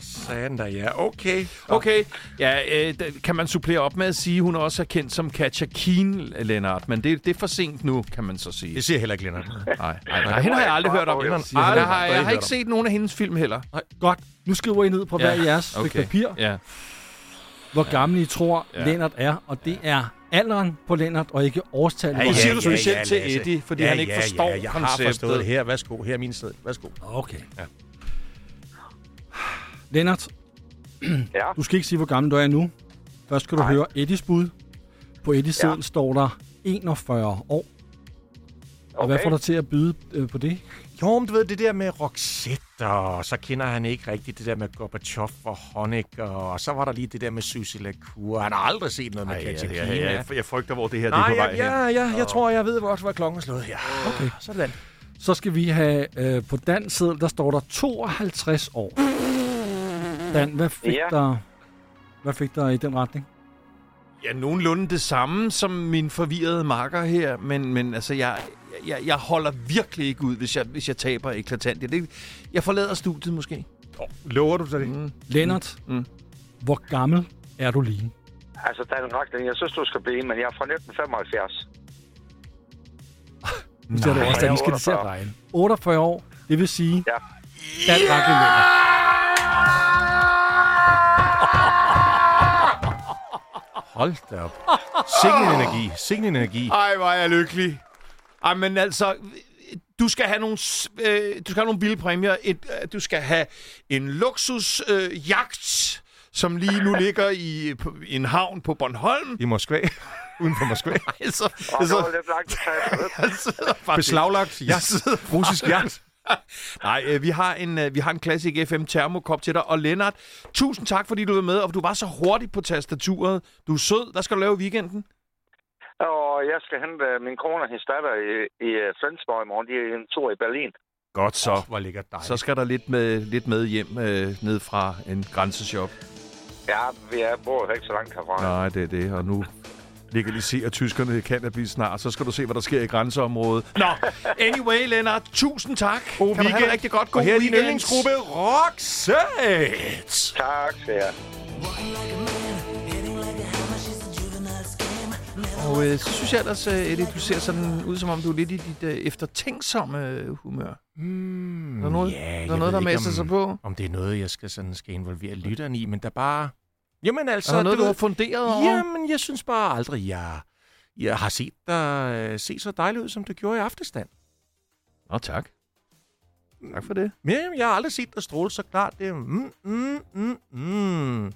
Speaker 8: Sagde der, ja. Okay.
Speaker 2: Okay. Ja, øh, d- kan man supplere op med at sige, at hun også er kendt som Katja Keen, Lennart. Men det, det er for sent nu, kan man så sige.
Speaker 8: Det siger heller ikke Lennart.
Speaker 2: Nej, nej, nej. Hende har jeg aldrig hørt om.
Speaker 9: Hende
Speaker 2: Ej, Jeg har, jeg har ikke set nogen af hendes film heller.
Speaker 1: Nej, godt. Nu skriver I ned på hver jeres stykke papir,
Speaker 2: Ja.
Speaker 1: hvor gamle I tror,
Speaker 2: Ja.
Speaker 1: Lennart er. Og det er alderen på Lennart, og ikke årstallet.
Speaker 2: Nu
Speaker 1: på-
Speaker 2: siger du specielt til Eddie, fordi han ikke forstår
Speaker 8: Jeg har
Speaker 2: konceptet.
Speaker 8: forstået det her. Værsgo. Her er min sted. Værsgo.
Speaker 1: Okay. Ja. Lennart,
Speaker 9: Ja.
Speaker 1: du skal ikke sige, hvor gammel du er nu. Først skal du Nej. høre Eddies bud. På Eddies ja.
Speaker 9: Ja.
Speaker 1: side står der 41 år. Og okay. hvad får dig til at byde øh, på det?
Speaker 8: Jo, men du ved, det der med Roxette, og så kender han ikke rigtigt det der med Gorbachev og Honeck, og så var der lige det der med Susie LaCour. Han har aldrig set noget med Ej, Katja Kina.
Speaker 2: Ja, jeg, jeg frygter, hvor det her det er
Speaker 8: Nej,
Speaker 2: på vej
Speaker 8: jeg, jeg, jeg, jeg tror, jeg ved godt, hvor klokken er slået her. Okay. Sådan.
Speaker 1: Så skal vi have øh, på Dan seddel, der står der 52 år. Dan, hvad fik,
Speaker 9: Ja.
Speaker 1: der, hvad fik der i den retning?
Speaker 2: Ja, nogenlunde det samme som min forvirrede marker her, men, men altså, jeg, jeg, jeg holder virkelig ikke ud, hvis jeg, hvis jeg taber eklatant. Jeg, det, jeg forlader studiet måske.
Speaker 8: Lover du så det? Mm.
Speaker 1: Lennart, mm. hvor gammel er du lige?
Speaker 9: Altså, Dan Raklin, jeg synes, du skal blive, men jeg er fra 1975.
Speaker 1: Nu ser du også, at
Speaker 9: jeg
Speaker 1: vi
Speaker 9: er
Speaker 1: skal til at
Speaker 9: 48.
Speaker 1: regne. 48 år, det vil sige...
Speaker 9: Ja.
Speaker 1: Dan Rachlin vinder.
Speaker 8: Hold da op. Sikken energi. Sikken energi.
Speaker 2: Ej, hvor er jeg lykkelig. Ej, men altså, du skal have nogle, s- øh, du skal have nogle vilde præmier. Et, øh, du skal have en luksusjagt, øh, jagt, som lige nu ligger i, på, i en havn på Bornholm.
Speaker 8: I Moskva. Uden for Moskva.
Speaker 2: Altså,
Speaker 9: Og det
Speaker 2: altså,
Speaker 9: var lidt langt til
Speaker 2: jeg sidder bare-
Speaker 8: Beslaglagt.
Speaker 2: Jeg sidder
Speaker 8: Russisk jagt.
Speaker 2: Nej, øh, vi har en øh, vi har en Classic FM termokop til dig. Og Lennart, tusind tak, fordi du var med, og du var så hurtig på tastaturet. Du er sød. Hvad skal du lave i weekenden?
Speaker 9: Og jeg skal hente øh, min kone og hendes datter i, i øh, Flensborg i morgen. De er en tur i Berlin.
Speaker 2: Godt så.
Speaker 8: Hvor ligger dig.
Speaker 2: Så skal der lidt med, lidt med hjem øh, ned fra en grænseshop.
Speaker 9: Ja, vi er bor jo ikke så langt herfra.
Speaker 2: Nej, det er det. Og nu legaliserer tyskerne cannabis snart, så skal du se, hvad der sker i grænseområdet. Nå, anyway, Lennart, tusind tak. God kan du have det rigtig godt. God
Speaker 8: Og her er din
Speaker 2: weekend.
Speaker 8: yndlingsgruppe, Roxette.
Speaker 9: Tak skal jeg.
Speaker 2: Og øh, så synes jeg ellers, øh, Eddie, du ser sådan ud, som om du er lidt i dit øh, eftertænksomme øh, humør.
Speaker 8: Mm,
Speaker 2: Der er noget-
Speaker 8: ja,
Speaker 2: der er
Speaker 8: jeg
Speaker 2: noget,
Speaker 8: ved
Speaker 2: der
Speaker 8: ikke,
Speaker 2: masser
Speaker 8: om-
Speaker 2: sig på.
Speaker 8: Om det er noget, jeg skal, sådan, skal involvere lytteren i, men der bare... Jamen
Speaker 2: Så
Speaker 8: altså...
Speaker 2: er der noget,
Speaker 8: du
Speaker 2: du har
Speaker 8: ved-
Speaker 2: funderet over?
Speaker 8: Jamen, jeg synes bare aldrig, jeg, jeg har set dig øh, se så dejlig ud, som du gjorde i aftenstand.
Speaker 2: Nå, tak. Tak for det.
Speaker 8: Men jamen, jeg har aldrig set dig stråle så klart. Det er, mm, mm, mm, mm.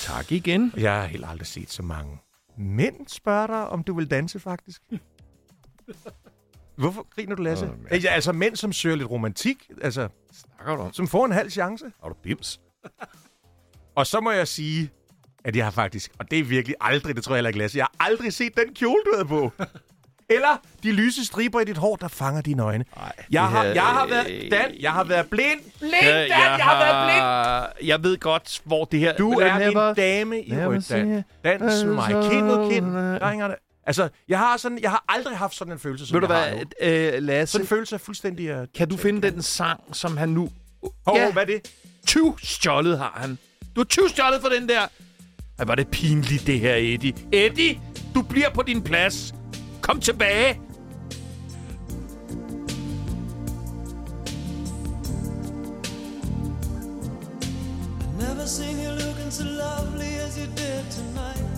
Speaker 2: Tak igen.
Speaker 8: Jeg har heller aldrig set så mange mænd spørger dig, om du vil danse, faktisk. Hvorfor griner du, Lasse? Oh, ja, altså mænd, som søger lidt romantik, altså,
Speaker 2: Snakker du om?
Speaker 8: som får en halv chance.
Speaker 2: Er du bims?
Speaker 8: Og så må jeg sige, at jeg har faktisk, og det er virkelig aldrig, det tror jeg heller ikke, Lasse, jeg har aldrig set den kjole, du havde på. Eller de lyse striber i dit hår, der fanger dine øjne. Ej, jeg, har,
Speaker 2: havde-
Speaker 8: jeg har
Speaker 2: Øh,
Speaker 8: været, Dan, jeg har været blind. Blind, Dan,
Speaker 2: Ja,
Speaker 8: jeg, jeg har været blind.
Speaker 2: Jeg ved godt, hvor det her...
Speaker 8: Du er
Speaker 2: never-
Speaker 8: min dame i
Speaker 2: never
Speaker 8: rødt, Dan.
Speaker 2: see
Speaker 8: Dans
Speaker 2: Øh,
Speaker 8: med mig, kind mod kind,
Speaker 2: so-
Speaker 8: drengerne. Altså, jeg har, sådan, jeg har aldrig haft sådan en følelse, som
Speaker 2: Ved du
Speaker 8: jeg har nu.
Speaker 2: hvad, øh, Lasse,
Speaker 8: Sådan en følelse er fuldstændig... Uh...
Speaker 2: kan du finde den sang, som han nu...
Speaker 8: Hov,
Speaker 2: Ja.
Speaker 8: hvad er det?
Speaker 2: Tyvstjålet har han. Du har tyvstjålet for den der. Ej, var det pinligt, det her, Eddie. Eddie, du bliver på din plads. Kom tilbage.
Speaker 4: Never
Speaker 11: seen you looking so lovely as you did tonight.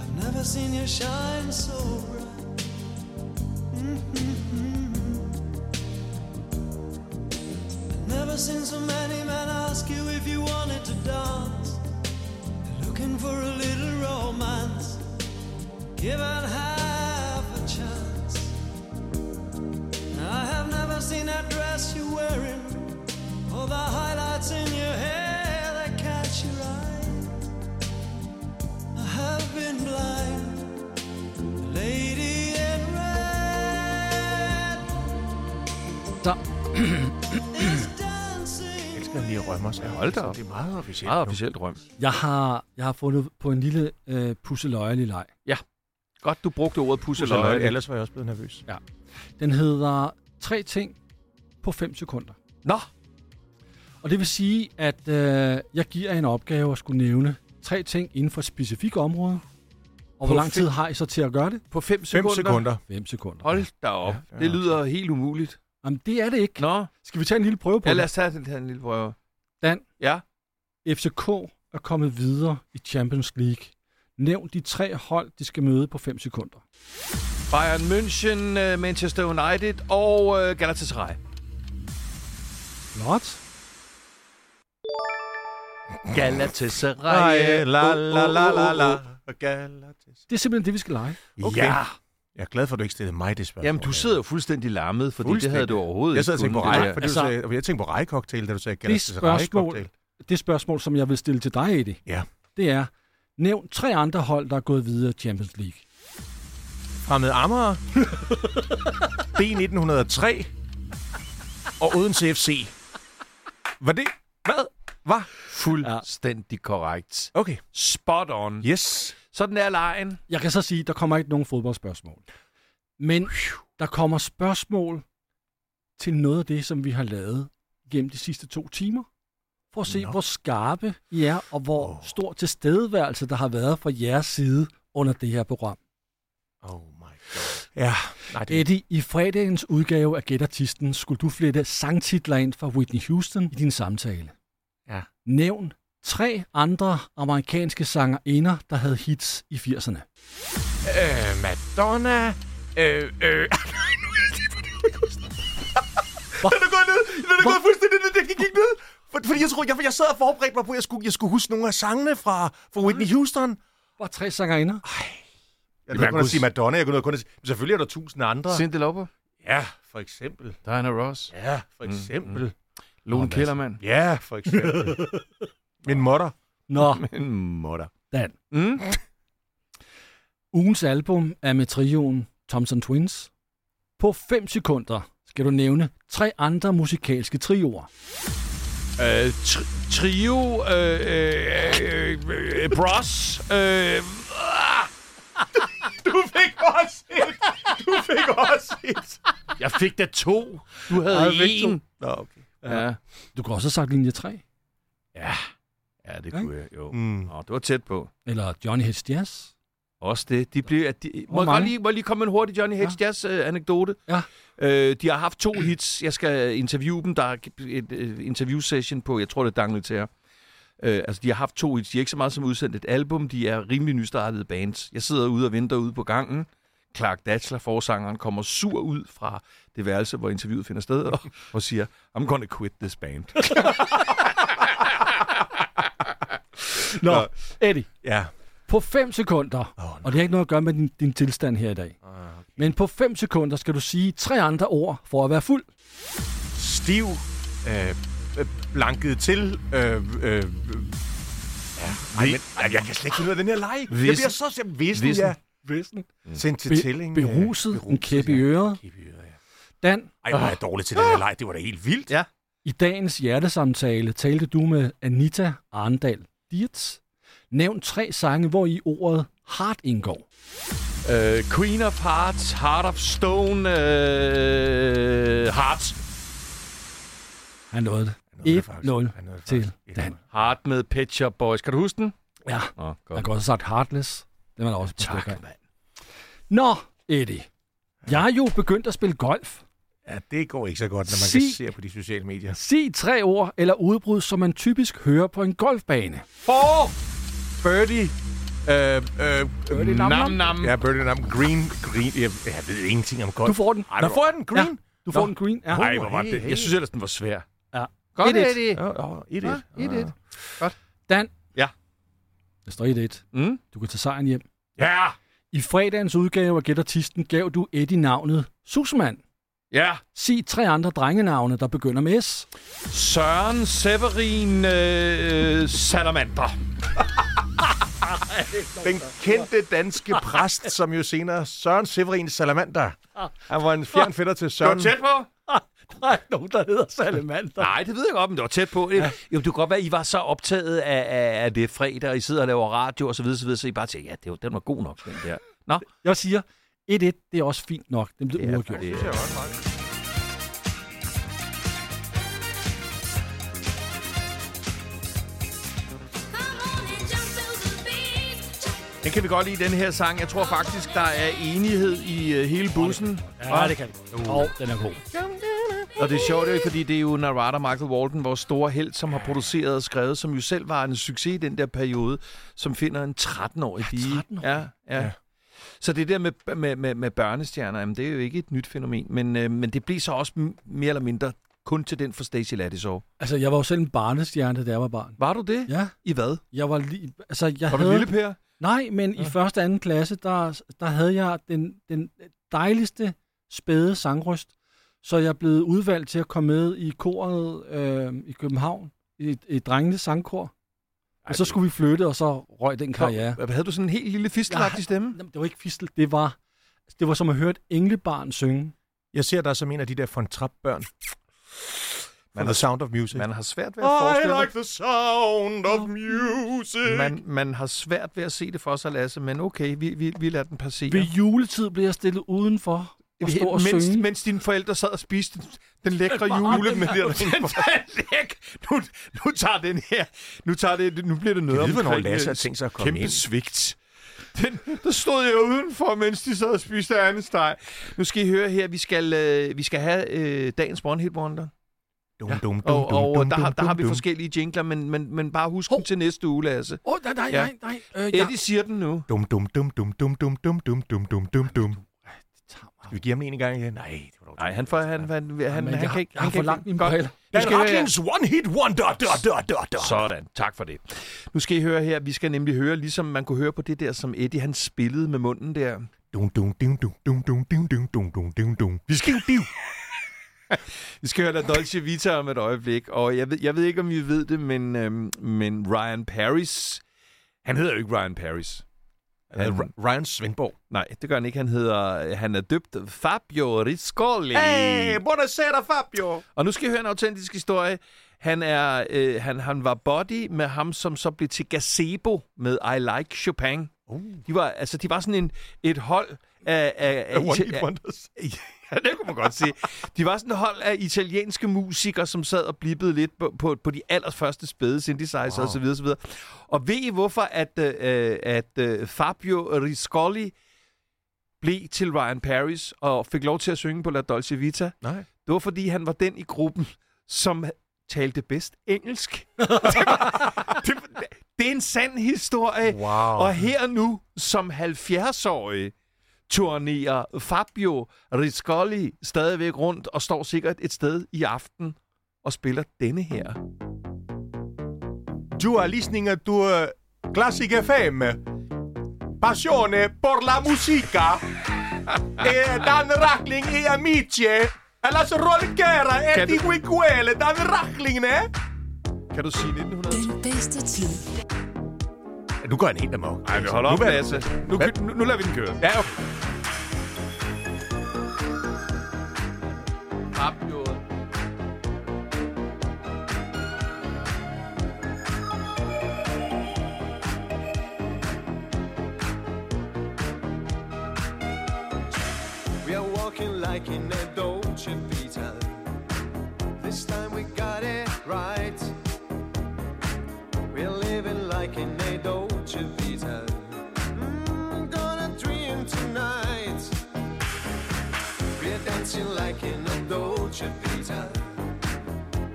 Speaker 11: I've never seen you shine so bright. Mm-hmm. I've never seen so many men ask you if you wanted to dance. They're looking for a little romance. Give it half a chance. I have never seen that dress you're wearing. All the highlights in your hair that catch your eye. I have been blind, The lady in red
Speaker 1: Så.
Speaker 11: is dancing.
Speaker 8: Jeg elsker lige at rømme os. Ja,
Speaker 2: Hold da op.
Speaker 8: Det er meget officielt.
Speaker 2: Meget
Speaker 8: nu.
Speaker 2: officielt røm.
Speaker 1: Jeg har, jeg har fundet på en lille øh, pusseløjelig leg.
Speaker 2: Godt, du brugte ordet
Speaker 8: Så løg,
Speaker 2: pusseløje.
Speaker 8: ellers var jeg også blevet nervøs.
Speaker 1: Den hedder tre ting på 5 sekunder.
Speaker 2: Nå,
Speaker 1: Og det vil sige, at øh, jeg giver jer en opgave at skulle nævne tre ting inden for et specifikt område. Og hvor lang tid har I så til at gøre det?
Speaker 2: på 5
Speaker 8: 5
Speaker 2: sekunder.
Speaker 8: sekunder.
Speaker 1: 5 sekunder.
Speaker 2: Hold da op.
Speaker 8: Ja.
Speaker 2: Ja, det lyder helt umuligt.
Speaker 1: Jamen, det er det ikke.
Speaker 2: Nå,
Speaker 1: Skal vi tage en lille prøve på
Speaker 2: ja, lad os tage den her en lille prøve.
Speaker 1: Dan.
Speaker 2: Ja.
Speaker 1: det? FCK er kommet videre i Champions League. Nævn de tre hold, de skal møde på 5 sekunder.
Speaker 2: Bayern München, øh, Manchester United og øh, Galatasaray.
Speaker 1: Flot.
Speaker 2: Galatasaray.
Speaker 8: Ej, la
Speaker 2: oh,
Speaker 8: la la la la.
Speaker 1: Det er simpelthen det, vi skal lege.
Speaker 8: Okay. Ja. Jeg er glad for, at du ikke stillede mig det spørgsmål.
Speaker 2: oh. Jamen, du sidder jo fuldstændig lammet, fordi det havde
Speaker 8: Fuldstændig.
Speaker 2: du overhovedet
Speaker 8: Jeg sad og tænkte på
Speaker 2: kunnet, det
Speaker 8: rej,
Speaker 2: der.
Speaker 8: fordi
Speaker 1: Altså-
Speaker 8: du sagde, jeg tænkte på rejkoktail, da du sagde
Speaker 1: Det
Speaker 8: Galatasaray
Speaker 1: spørgsmål,
Speaker 8: cocktail.
Speaker 1: det spørgsmål, som jeg vil stille til dig, Eddie,
Speaker 8: Ja.
Speaker 1: det er, nævn tre andre hold, der er gået videre i Champions League.
Speaker 8: Fremmed Amager. B1903. Og Odense FC. Var det? Hvad? Hvad?
Speaker 2: Fuldstændig korrekt.
Speaker 8: Okay.
Speaker 2: Spot on.
Speaker 8: Yes.
Speaker 2: Sådan er lejen.
Speaker 1: Jeg kan så sige, der kommer ikke nogen fodboldspørgsmål. Men der kommer spørgsmål til noget af det, som vi har lavet gennem de sidste to timer. For at se,
Speaker 8: Nå.
Speaker 1: Nå. hvor skarpe I er, og hvor oh. stor tilstedeværelse, der har været fra jeres side under det her program.
Speaker 8: Oh my god. Ja. Nej, det,
Speaker 1: Eddie, i fredagens udgave af Get Artisten skulle du flette sangtitler ind fra Whitney Houston i din samtale.
Speaker 8: Ja.
Speaker 1: Nævn tre andre amerikanske sangerinder, der havde hits i 80'erne.
Speaker 8: Øh, Madonna. Øh, øh. Den er gået ned. Den er gået fuldstændig ned. Den gik ned. For- Fordi jeg tror, jeg, jeg sad og forberedte mig på, at jeg skulle, jeg skulle huske nogle af sangene fra, fra Whitney Houston.
Speaker 1: Bare tre sangerinder.
Speaker 8: Jeg kunne kun at sige Madonna. Jeg kunne kun at sige, Men selvfølgelig er der tusind andre.
Speaker 2: Cindy Lauper.
Speaker 8: Ja, for eksempel.
Speaker 2: Diana Ross.
Speaker 8: Ja, for eksempel. Mm,
Speaker 2: Lone Kellermann.
Speaker 8: Ja, for eksempel. Min mutter.
Speaker 1: Nå,
Speaker 2: En mutter.
Speaker 1: Dan.
Speaker 2: Mm.
Speaker 1: Ugens album er med trioen Thompson Twins. På 5 sekunder skal du nævne tre andre musikalske trioer.
Speaker 2: Øh, tri- trio. Øh, øh, øh, øh, bros. Øh, ah!
Speaker 8: Du fik også et. Du fik også et.
Speaker 2: jeg fik da to. Du havde
Speaker 8: Ej, jeg fik
Speaker 2: én.
Speaker 8: Nå, okay.
Speaker 2: Ja.
Speaker 1: Du kunne også have sagt linje 3,
Speaker 2: ja, det kunne jeg jo.
Speaker 8: Mm.
Speaker 2: Nå, det var tæt på.
Speaker 1: eller Johnny Hits Jazz.
Speaker 2: Også det. De blev, at de, må,
Speaker 1: Hvor
Speaker 2: jeg godt
Speaker 1: mange?
Speaker 2: lige, må jeg lige komme med en hurtig Johnny Hedge ja. Jazz-anekdote?
Speaker 1: Ja.
Speaker 2: Øh, de har haft to hits. Jeg skal interviewe dem. Der er et øh, interview-session på, jeg tror, det er Dangel til her. Øh, altså, de har haft to hits. De er ikke så meget som udsendt et album. De er rimelig nystartede bands. Jeg sidder ude og venter ude på gangen. Clark Datchler, forsangeren, kommer sur ud fra det værelse, hvor interviewet finder sted, og, og siger, I'm gonna quit this band.
Speaker 1: Nå, Eddie.
Speaker 8: Ja.
Speaker 1: På 5 sekunder,
Speaker 8: Åh, Ah,
Speaker 1: oh, og det har ikke noget at gøre med din, din tilstand her i dag. Men på 5 sekunder skal du sige tre andre ord for at være fuld.
Speaker 8: Stiv. Øh, øh, blanket til. Øh, øh, øh. Ja, ej, men, ej, jeg kan slet ikke finde ud af den her leg. Jeg
Speaker 2: Vissen.
Speaker 8: bliver så simpelthen vissen,
Speaker 2: Vissen.
Speaker 8: ja.
Speaker 1: Vissen.
Speaker 8: Sendt til
Speaker 1: Be-
Speaker 8: tælling.
Speaker 1: beruset, en kæp i øret. Dan,
Speaker 8: Ej, hvor er jeg dårlig til den her leg. Det var da helt vildt. Ja.
Speaker 1: I dagens hjertesamtale talte du med Anita Arndal Dietz. Nævn tre sange, hvor i ordet hard indgår.
Speaker 2: øh, Queen of Hearts, Heart of Stone, øh, Hearts.
Speaker 1: Han nåede det.
Speaker 8: nåede det faktisk. Han nåede
Speaker 1: 1-0
Speaker 8: det
Speaker 1: til
Speaker 8: faktisk.
Speaker 1: Dan.
Speaker 2: Heart med Pet Shop Boys. Kan du huske den?
Speaker 1: Ja,
Speaker 2: Nå,
Speaker 1: jeg kunne også have sagt Heartless. Det var der også på
Speaker 2: Tak,
Speaker 1: mand. Nå, Eddie. Jeg er jo begyndt at spille golf.
Speaker 8: Ja, det går ikke så godt, når man
Speaker 1: Sig-
Speaker 8: sig, kan se på de sociale medier.
Speaker 1: Sig tre ord eller udbrud, som man typisk hører på en golfbane.
Speaker 8: For birdie. Øh, øh, birdie
Speaker 1: nam, nam.
Speaker 8: Ja, birdie nam. Green, green. Jeg, jeg ved ingenting om golf.
Speaker 1: Du får den.
Speaker 8: Ej, Nå,
Speaker 1: Nå.
Speaker 8: får jeg den. Green.
Speaker 1: Ja, du får den green. Ja.
Speaker 2: Nej, hvor var det.
Speaker 8: hey.
Speaker 2: Jeg synes ellers, den var svær.
Speaker 1: Ja.
Speaker 2: Godt,
Speaker 1: 1-1.
Speaker 2: Eddie.
Speaker 8: Åh, åh, et, et.
Speaker 2: Godt.
Speaker 1: Dan.
Speaker 2: Ja.
Speaker 1: Det står 1-1.
Speaker 2: Mm.
Speaker 1: Du kan tage sejren hjem.
Speaker 2: Ja.
Speaker 1: I fredagens udgave af Gæt Artisten gav du Eddie navnet Susman.
Speaker 2: Ja.
Speaker 1: Sig tre andre drengenavne, der begynder med S.
Speaker 2: Søren Severin øh, Salamander.
Speaker 8: Den kendte danske præst, som jo senere er Søren Severin Salamander. Han var en fjern fætter til
Speaker 2: Det var
Speaker 8: Søren.
Speaker 2: tæt på.
Speaker 1: Der er nogen, der hedder Salamander.
Speaker 2: Nej, det ved jeg godt, men det var tæt på. Ja. Jo, det kunne godt være, at I var så optaget af, af, af det fredag, og I sidder og laver radio og så videre, så, videre, så I bare tænker, ja, det var, den var god nok, den der. Nå,
Speaker 1: Jeg siger, 1-1, det er også fint nok. Den blev uafgjort.
Speaker 2: det, den kan vi godt lide, den her sang. Jeg tror faktisk, der er enighed i øh, hele bussen.
Speaker 1: Ja, det kan det. Åh, oh, den er god.
Speaker 2: Og det er sjovt, ikke? fordi det er jo Narada Michael Walden, vores store held, som har produceret og skrevet, som jo selv var en succes i den der periode, som finder en 13-årig pige. Ja, 13 ja, ja. Så det der med, med, med, med børnestjerner, jamen, det er jo ikke et nyt fænomen, men, øh, men det bliver så også m- mere eller mindre kun til den for Stacy Ladisov.
Speaker 1: Altså, jeg var jo selv en barnestjerne, da jeg var barn.
Speaker 2: Var du det?
Speaker 1: Ja,
Speaker 2: I hvad?
Speaker 1: jeg var lige... Altså, jeg
Speaker 2: Var du
Speaker 1: havde...
Speaker 2: lille Per?
Speaker 1: Nej, men ja. i første og anden klasse, der, der havde jeg den, den dejligste spæde sangrøst, så jeg blev udvalgt til at komme med i koret øh, i København, i, i drengenes sangkor. Og så skulle vi flytte, og så røg den karriere.
Speaker 2: Hvor- Havde du sådan en helt lille fistelagtig stemme?
Speaker 1: Jamen, det var ikke fistel, det var, det var som at høre et englebarn synge.
Speaker 8: Jeg ser dig som en af de der von Trapp-børn. Fra
Speaker 2: Man
Speaker 8: The
Speaker 2: har-
Speaker 8: Sound of Music.
Speaker 2: Man har svært ved at forestille sig.
Speaker 8: the sound of music.
Speaker 2: Man, man har svært ved at se det for sig, Lasse, men okay, vi, vi, vi lader den passere.
Speaker 1: Ved juletid blev jeg stillet udenfor og stod og
Speaker 2: mens,
Speaker 1: synge.
Speaker 2: mens dine forældre sad og spiste den, den lækre jule med den, læk. Nu, nu tager den her. Nu, tager det, nu bliver det noget
Speaker 8: Jeg ved, hvornår
Speaker 2: omkring,
Speaker 8: Lasse har
Speaker 2: øh,
Speaker 8: tænkt sig at komme
Speaker 2: kæmpe
Speaker 8: ind.
Speaker 2: svigt. Den, der stod jeg udenfor, mens de sad og spiste anden steg. Nu skal I høre her, vi skal, øh, vi skal have øh, dagens One Hit Wonder.
Speaker 8: Dum, dum, dum,
Speaker 2: Og,
Speaker 8: dum,
Speaker 2: og
Speaker 8: dum,
Speaker 2: der, har, der
Speaker 8: dum,
Speaker 2: har vi
Speaker 8: dum.
Speaker 2: forskellige jingler, men, men, men bare husk dem til næste uge, Lasse.
Speaker 1: Åh, oh, nej, nej,
Speaker 2: Ja.
Speaker 1: nej, nej. Øh, jeg...
Speaker 2: Eddie siger den nu.
Speaker 8: Dum, dum, dum, dum, dum, dum, dum, dum, dum, dum, dum, dum. Skal vi give ham en en gang igen? Nej, det var dog-
Speaker 2: Nej, han får... Han, han, han, han,
Speaker 1: Jamen,
Speaker 2: han
Speaker 1: jeg
Speaker 2: kan ikke...
Speaker 1: har- jeg
Speaker 2: han
Speaker 1: har
Speaker 2: kan
Speaker 1: for
Speaker 2: ikke-
Speaker 1: langt mine
Speaker 2: Godt.
Speaker 1: briller.
Speaker 2: Du
Speaker 8: Dan
Speaker 2: skal høre-
Speaker 8: Racklins one hit wonder. Dør, dør, dør, dør.
Speaker 2: Sådan, tak for det. Nu skal I høre her, vi skal nemlig høre, ligesom man kunne høre på det der, som Eddie han spillede med munden der.
Speaker 8: Dum, dum, dum, dum, dum, dum, dum, dum, dum, dum, dum, dum. Vi skal jo
Speaker 2: Vi skal høre La Dolce Vita om et øjeblik, og jeg ved, jeg ved ikke, om I ved det, men, øhm, men Ryan Paris, han hedder jo ikke Ryan Paris. Han-
Speaker 8: Øh, Ryan Svendborg.
Speaker 2: Nej, det gør han ikke. Han hedder, han er døbt Fabio Riscoli.
Speaker 8: buonasera Fabio.
Speaker 2: Og nu skal I høre en autentisk historie. Han, er, øh, han, han var body med ham, som så blev til Gazebo med I Like Chopin. Uh. De, var, altså, de var sådan en, et hold af... af, af
Speaker 8: One
Speaker 2: Ita-
Speaker 8: hit wonders.
Speaker 2: ja, det kunne man godt sige. De var sådan et hold af italienske musikere, som sad og blippede lidt på, på, på de allerførste spæde synthesizer wow. osv. osv. Og ved I hvorfor, at, øh, at øh, Fabio Riscoli blev til Ryan Paris og fik lov til at synge på La Dolce Vita?
Speaker 8: Nej.
Speaker 2: Det var, fordi han var den i gruppen, som talte bedst engelsk. det, var, det, var- det er en sand historie.
Speaker 8: Wow.
Speaker 2: Og her nu, som 70-årig, turnerer Fabio Riscoli stadigvæk rundt og står sikkert et sted i aften og spiller denne her.
Speaker 8: Du er listening to uh, Classic FM. Passione por la musica. e Eh, Dan Rackling e amici. eh. E la sorolkera e
Speaker 2: Kan
Speaker 8: eh, di
Speaker 2: du-
Speaker 8: Wiguele. Dan Rackling, eh. ne?
Speaker 2: Kan du sige 1900?
Speaker 4: Den bedste tid.
Speaker 8: Nu går han helt amok.
Speaker 2: Nej, vi holder op,
Speaker 8: Nu er-
Speaker 2: Lasse. Nu, kø- nu, nu lader vi den køre.
Speaker 8: Ja,
Speaker 2: Fabio.
Speaker 11: We are walking like in a Dolce Vita. This time we got it right. We're living like in a Dolce Vita. Mm, gonna dream tonight. We We're dancing like in a Dolce Vita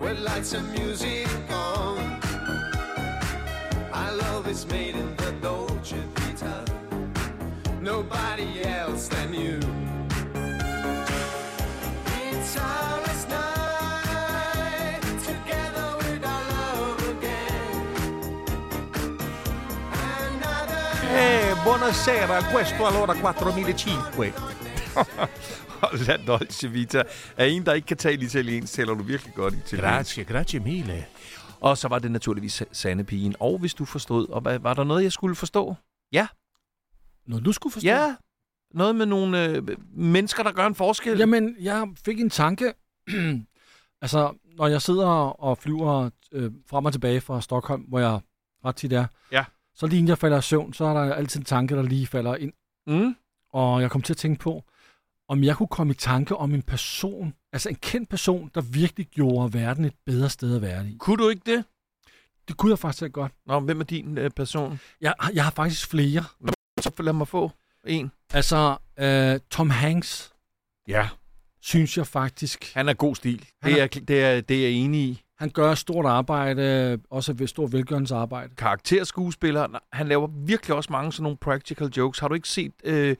Speaker 11: With lights and music on Our love is made in the Dolce Vita Nobody else than you It's ours night Together with our love again
Speaker 8: Eh, buonasera, questo allora 4005.
Speaker 2: La Dolce Vita er en, der ikke kan tale italiensk, taler du virkelig godt italiensk.
Speaker 8: Grazie, grazie mille.
Speaker 2: Og så var det naturligvis Sande Pigen. Og hvis du forstod, og hvad, var der noget, jeg skulle forstå? Ja.
Speaker 1: Noget, du skulle forstå?
Speaker 2: Ja. Noget med nogle øh, mennesker, der gør en forskel.
Speaker 1: Jamen, jeg fik en tanke. altså, når jeg sidder og flyver øh, frem og tilbage fra Stockholm, hvor jeg ret tit er,
Speaker 2: Ja.
Speaker 1: så lige inden jeg falder i søvn, så er der altid en tanke, der lige falder ind.
Speaker 2: Mm.
Speaker 1: Og jeg kom til at tænke på, om jeg kunne komme i tanke om en person, altså en kendt person, der virkelig gjorde verden et bedre sted at være i.
Speaker 2: Kunne du ikke det?
Speaker 1: Det kunne jeg faktisk ikke godt.
Speaker 2: Nå, hvem er din øh, person?
Speaker 1: Jeg, jeg har faktisk flere.
Speaker 2: Så lad mig få en.
Speaker 1: Altså, øh, Tom Hanks,
Speaker 2: Ja.
Speaker 1: synes jeg faktisk,
Speaker 2: Han er god stil.
Speaker 1: Han
Speaker 2: Det
Speaker 1: er-
Speaker 2: er, det er, det er jeg enig i.
Speaker 1: han gør et stort arbejde, også et stort velgørensarbejde.
Speaker 2: karakterskuespiller. Nej, Han laver virkelig også mange sådan nogle practical jokes. Har du ikke set øh,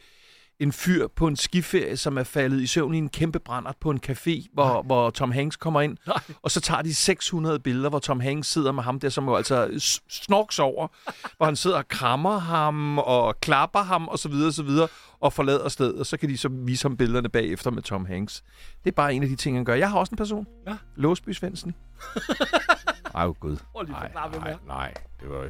Speaker 2: en fyr på en skiferie, som er faldet i søvn i en kæmpe brændert på en café, hvor, hvor Tom Hanks kommer ind,
Speaker 1: Nej.
Speaker 2: og så tager de 600 billeder, hvor Tom Hanks sidder med ham der, som jo altså s- snorks over, hvor han sidder og krammer ham og klapper ham og så videre, så videre og forlader stedet, og så kan de så vise ham billederne bagefter med Tom Hanks. Det er bare en af de ting, han gør. Jeg har også en person.
Speaker 1: Ja.
Speaker 2: Låsby Svendsen. Ej, oh, gud.
Speaker 1: Prøv lige at
Speaker 2: Nej,
Speaker 1: forklare, hvem
Speaker 2: nej,
Speaker 1: er.
Speaker 2: nej, det var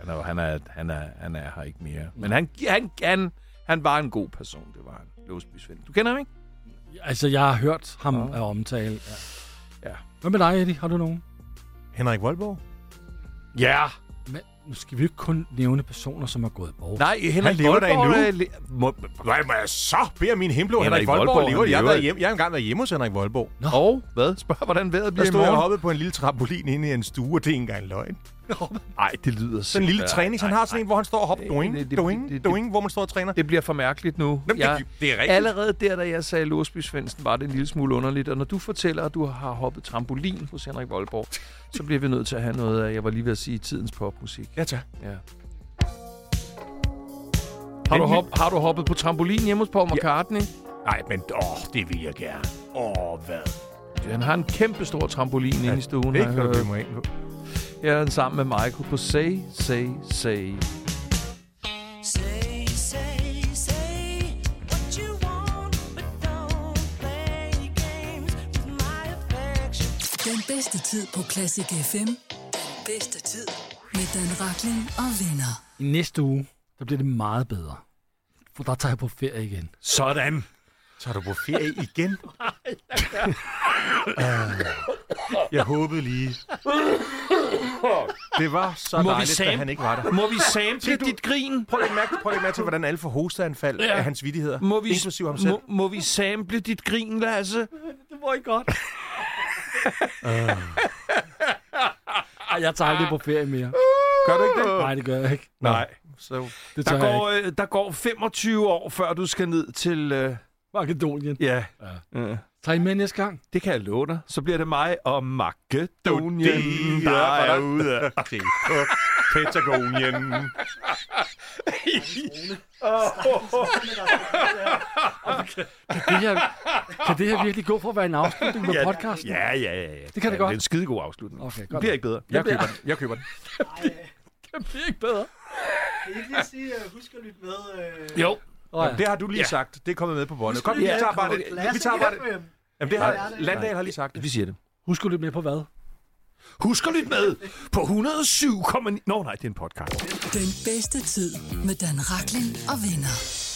Speaker 2: han er, han er, han er, han er her ikke mere. Men han, han, han, han var en god person, det var han. Låsby Svend. Du kender ham ikke?
Speaker 1: Altså, jeg har hørt ham ja. omtale. Ja.
Speaker 2: Ja.
Speaker 1: Hvad med dig, Eddie? Har du nogen?
Speaker 8: Henrik Voldborg?
Speaker 2: Ja.
Speaker 1: Men, nu skal vi jo ikke kun nævne personer, som er gået bort.
Speaker 2: Nej, Henrik
Speaker 8: Han lever der
Speaker 2: Voldborg
Speaker 8: endnu.
Speaker 2: er le- må,
Speaker 8: Nej, må jeg så beder min himmelblå
Speaker 2: Henrik
Speaker 8: Henrik, Voldborg,
Speaker 2: Voldborg,
Speaker 8: lever.
Speaker 2: han
Speaker 8: Jeg har,
Speaker 2: lever.
Speaker 8: været hjemme, jeg har engang været hjemme hos Henrik Voldborg.
Speaker 2: og hvad? Spørg, hvordan vejret
Speaker 8: Der
Speaker 2: bliver i
Speaker 8: stod jeg og
Speaker 2: morgen.
Speaker 8: hoppede på en lille trampolin inde i en stue, og det er ikke engang løgn.
Speaker 2: Nej, det lyder
Speaker 8: Sådan en lille træning, han har sådan en, hvor han står og hopper
Speaker 2: Ej,
Speaker 8: doing,
Speaker 2: det- det-
Speaker 8: doing,
Speaker 2: det- det-
Speaker 8: doing, hvor man står og træner.
Speaker 2: Det bliver for mærkeligt nu.
Speaker 8: Jamen, det- det er rigtigt.
Speaker 2: Allerede der, da jeg sagde Låsby Svendsen, var det en lille smule underligt. Og når du fortæller, at du har hoppet trampolin hos Henrik Voldborg, så bliver vi nødt til at have noget af, jeg var lige ved at sige, tidens popmusik.
Speaker 8: Ja, tak.
Speaker 2: Ja. Har du, hop, har du hoppet på trampolin hjemme hos Paul McCartney?
Speaker 8: Nej, men åh, det vil jeg gerne. Åh, hvad?
Speaker 2: Ja. Han har en kæmpe stor trampolin ja, inde i stuen.
Speaker 8: Det
Speaker 2: har
Speaker 8: kan du
Speaker 2: jeg hørt.
Speaker 8: blive mig ind på.
Speaker 2: Her er han sammen med Michael på Say, Say, Say.
Speaker 10: Say, say, say what you want, but don't play games with my affection.
Speaker 4: Den bedste tid på Classic FM. Den bedste tid med Dan Rakling og venner.
Speaker 1: I næste uge, der bliver det meget bedre. For der tager jeg på ferie igen.
Speaker 12: Sådan.
Speaker 8: Tager du på ferie igen? Nej, jeg håbede lige. Det var så
Speaker 12: Må vi
Speaker 8: dejligt, da
Speaker 12: sam-
Speaker 8: han ikke var der.
Speaker 12: Må vi sample
Speaker 8: du-
Speaker 12: dit grin?
Speaker 8: Prøv at lægge mærke, prøv at lægge mærke til, hvordan alle får hosteanfald ja. af hans vidtigheder.
Speaker 2: Må vi,
Speaker 8: inklusive ham selv.
Speaker 2: Må, må vi sample dit grin, Lasse?
Speaker 1: Det var ikke godt. Ej, jeg tager aldrig på ferie mere.
Speaker 8: Gør du ikke det?
Speaker 1: Ah. Nej, det gør jeg ikke.
Speaker 8: Nej. Så
Speaker 1: Det
Speaker 2: Der
Speaker 1: tager jeg
Speaker 2: går, øh, der går 25 år, før du skal ned til... Øh,
Speaker 1: ikke. Makedonien.
Speaker 2: ja,
Speaker 1: Tag I med næste gang?
Speaker 2: det kan jeg love dig. Så bliver det mig og Makedonien,
Speaker 8: Donien,
Speaker 2: der
Speaker 8: der er
Speaker 2: er
Speaker 8: ude af Patagonien.
Speaker 1: Det her, kan det her virkelig gå for at være en afslutning med podcasten?
Speaker 2: Ja, ja, ja. ja.
Speaker 1: Det kan det godt.
Speaker 2: Det er en skidegod afslutning.
Speaker 1: Okay,
Speaker 2: det
Speaker 1: godt
Speaker 2: bliver
Speaker 1: nok.
Speaker 2: ikke bedre.
Speaker 1: Jeg
Speaker 2: Det bliver-
Speaker 1: køber
Speaker 2: Jeg køber den.
Speaker 1: Det bliver ikke bedre.
Speaker 13: Kan I ikke lige sige, uh, husk at lytte med... Uh,
Speaker 2: Jo.
Speaker 1: Oh, ja.
Speaker 8: Det har du lige sagt. Det er kommet med på båndet. Kom, vi
Speaker 13: Ja,
Speaker 8: tager bare det. Vi tager bare det. Jamen, det har
Speaker 13: Nej.
Speaker 8: Landal har lige sagt det.
Speaker 2: Vi siger det.
Speaker 1: Husk at lytte med på hvad?
Speaker 2: Husk at lytte med på 107,9... Nå nej, det er en podcast.
Speaker 4: Den bedste tid med Dan Rakling og venner.